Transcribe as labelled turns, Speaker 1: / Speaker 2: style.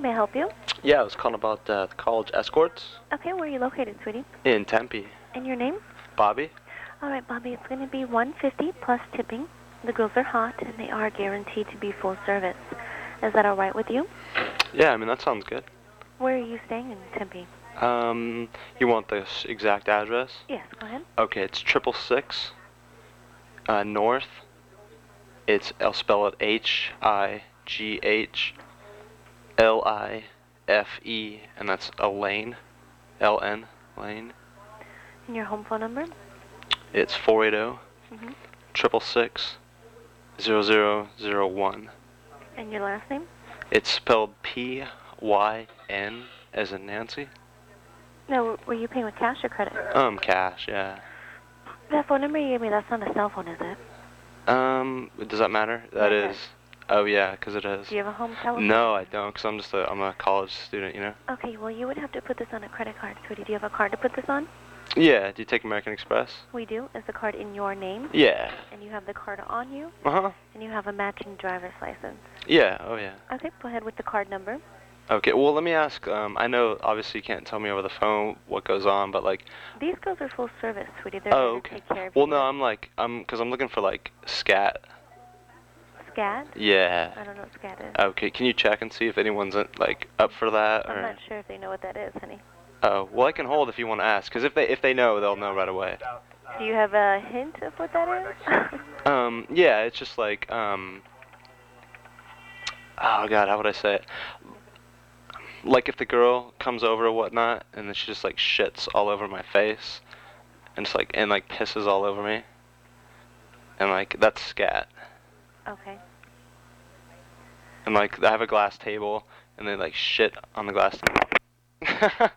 Speaker 1: may I help you?
Speaker 2: Yeah, I was calling about uh, college escorts
Speaker 1: Okay, where are you located, sweetie?
Speaker 2: in Tempe.
Speaker 1: And your name?
Speaker 2: Bobby?
Speaker 1: All right, Bobby, it's going to be 150 plus tipping. The girls are hot, and they are guaranteed to be full service. Is that all right with you?
Speaker 2: Yeah, I mean, that sounds good.
Speaker 1: Where are you staying in Tempe?
Speaker 2: Um, you want the s- exact address?
Speaker 1: Yes, go ahead.
Speaker 2: Okay, it's triple six. Uh, north. It's I'll spell it H I G H L I F E, and that's Elaine, L N Lane.
Speaker 1: And your home phone number?
Speaker 2: It's four eight zero
Speaker 1: Mhm.
Speaker 2: triple six zero zero zero one.
Speaker 1: And your last name?
Speaker 2: It's spelled P Y N as in Nancy.
Speaker 1: No, were you paying with cash or credit?
Speaker 2: Um, cash. Yeah.
Speaker 1: Uh, That phone number you gave me, that's not a cell phone, is it?
Speaker 2: Um, does that matter? That
Speaker 1: Yeah, it
Speaker 2: is. Oh yeah, 'cause it is.
Speaker 1: Do you have a home telephone?
Speaker 2: No, I don't, i I'm just a I'm a college student, you know.
Speaker 1: Okay, well, you would have to put this on a credit card, sweetie. Do you have a card to put this on?
Speaker 2: Yeah. Do you take American Express?
Speaker 1: We do. Is the card in your name?
Speaker 2: Yeah.
Speaker 1: And you have the card on you,
Speaker 2: Uh huh.
Speaker 1: and you have a matching driver's license.
Speaker 2: Yeah. Oh yeah.
Speaker 1: Okay, go ahead with the card number.
Speaker 2: Okay. Well, let me ask. Um, I know obviously you can't tell me over the phone what goes on, but like,
Speaker 1: These girls are full service, sweetie. They're
Speaker 2: oh
Speaker 1: going to
Speaker 2: okay.
Speaker 1: take care of
Speaker 2: Well,
Speaker 1: you.
Speaker 2: no, I'm like, I'm, cause I'm looking for like scat.
Speaker 1: Scat? I
Speaker 2: Yeah.
Speaker 1: don't know what scat is.
Speaker 2: Okay. Can you check and see if anyone's uh, like up for that
Speaker 1: I'm
Speaker 2: or?
Speaker 1: not sure if they know what that is, honey.
Speaker 2: Oh, well, I can hold if you want to ask, cause if they if they know, they'll know right away.
Speaker 1: Do you have a hint of what that is?
Speaker 2: Um, yeah, it's just like, um, oh god, how would I say it? Like if the girl comes over or whatnot, and then she just like shits all over my face, and just like and like pisses all over me, and like that's scat,
Speaker 1: okay.
Speaker 2: and like I have a glass table, and they like shit on the glass table.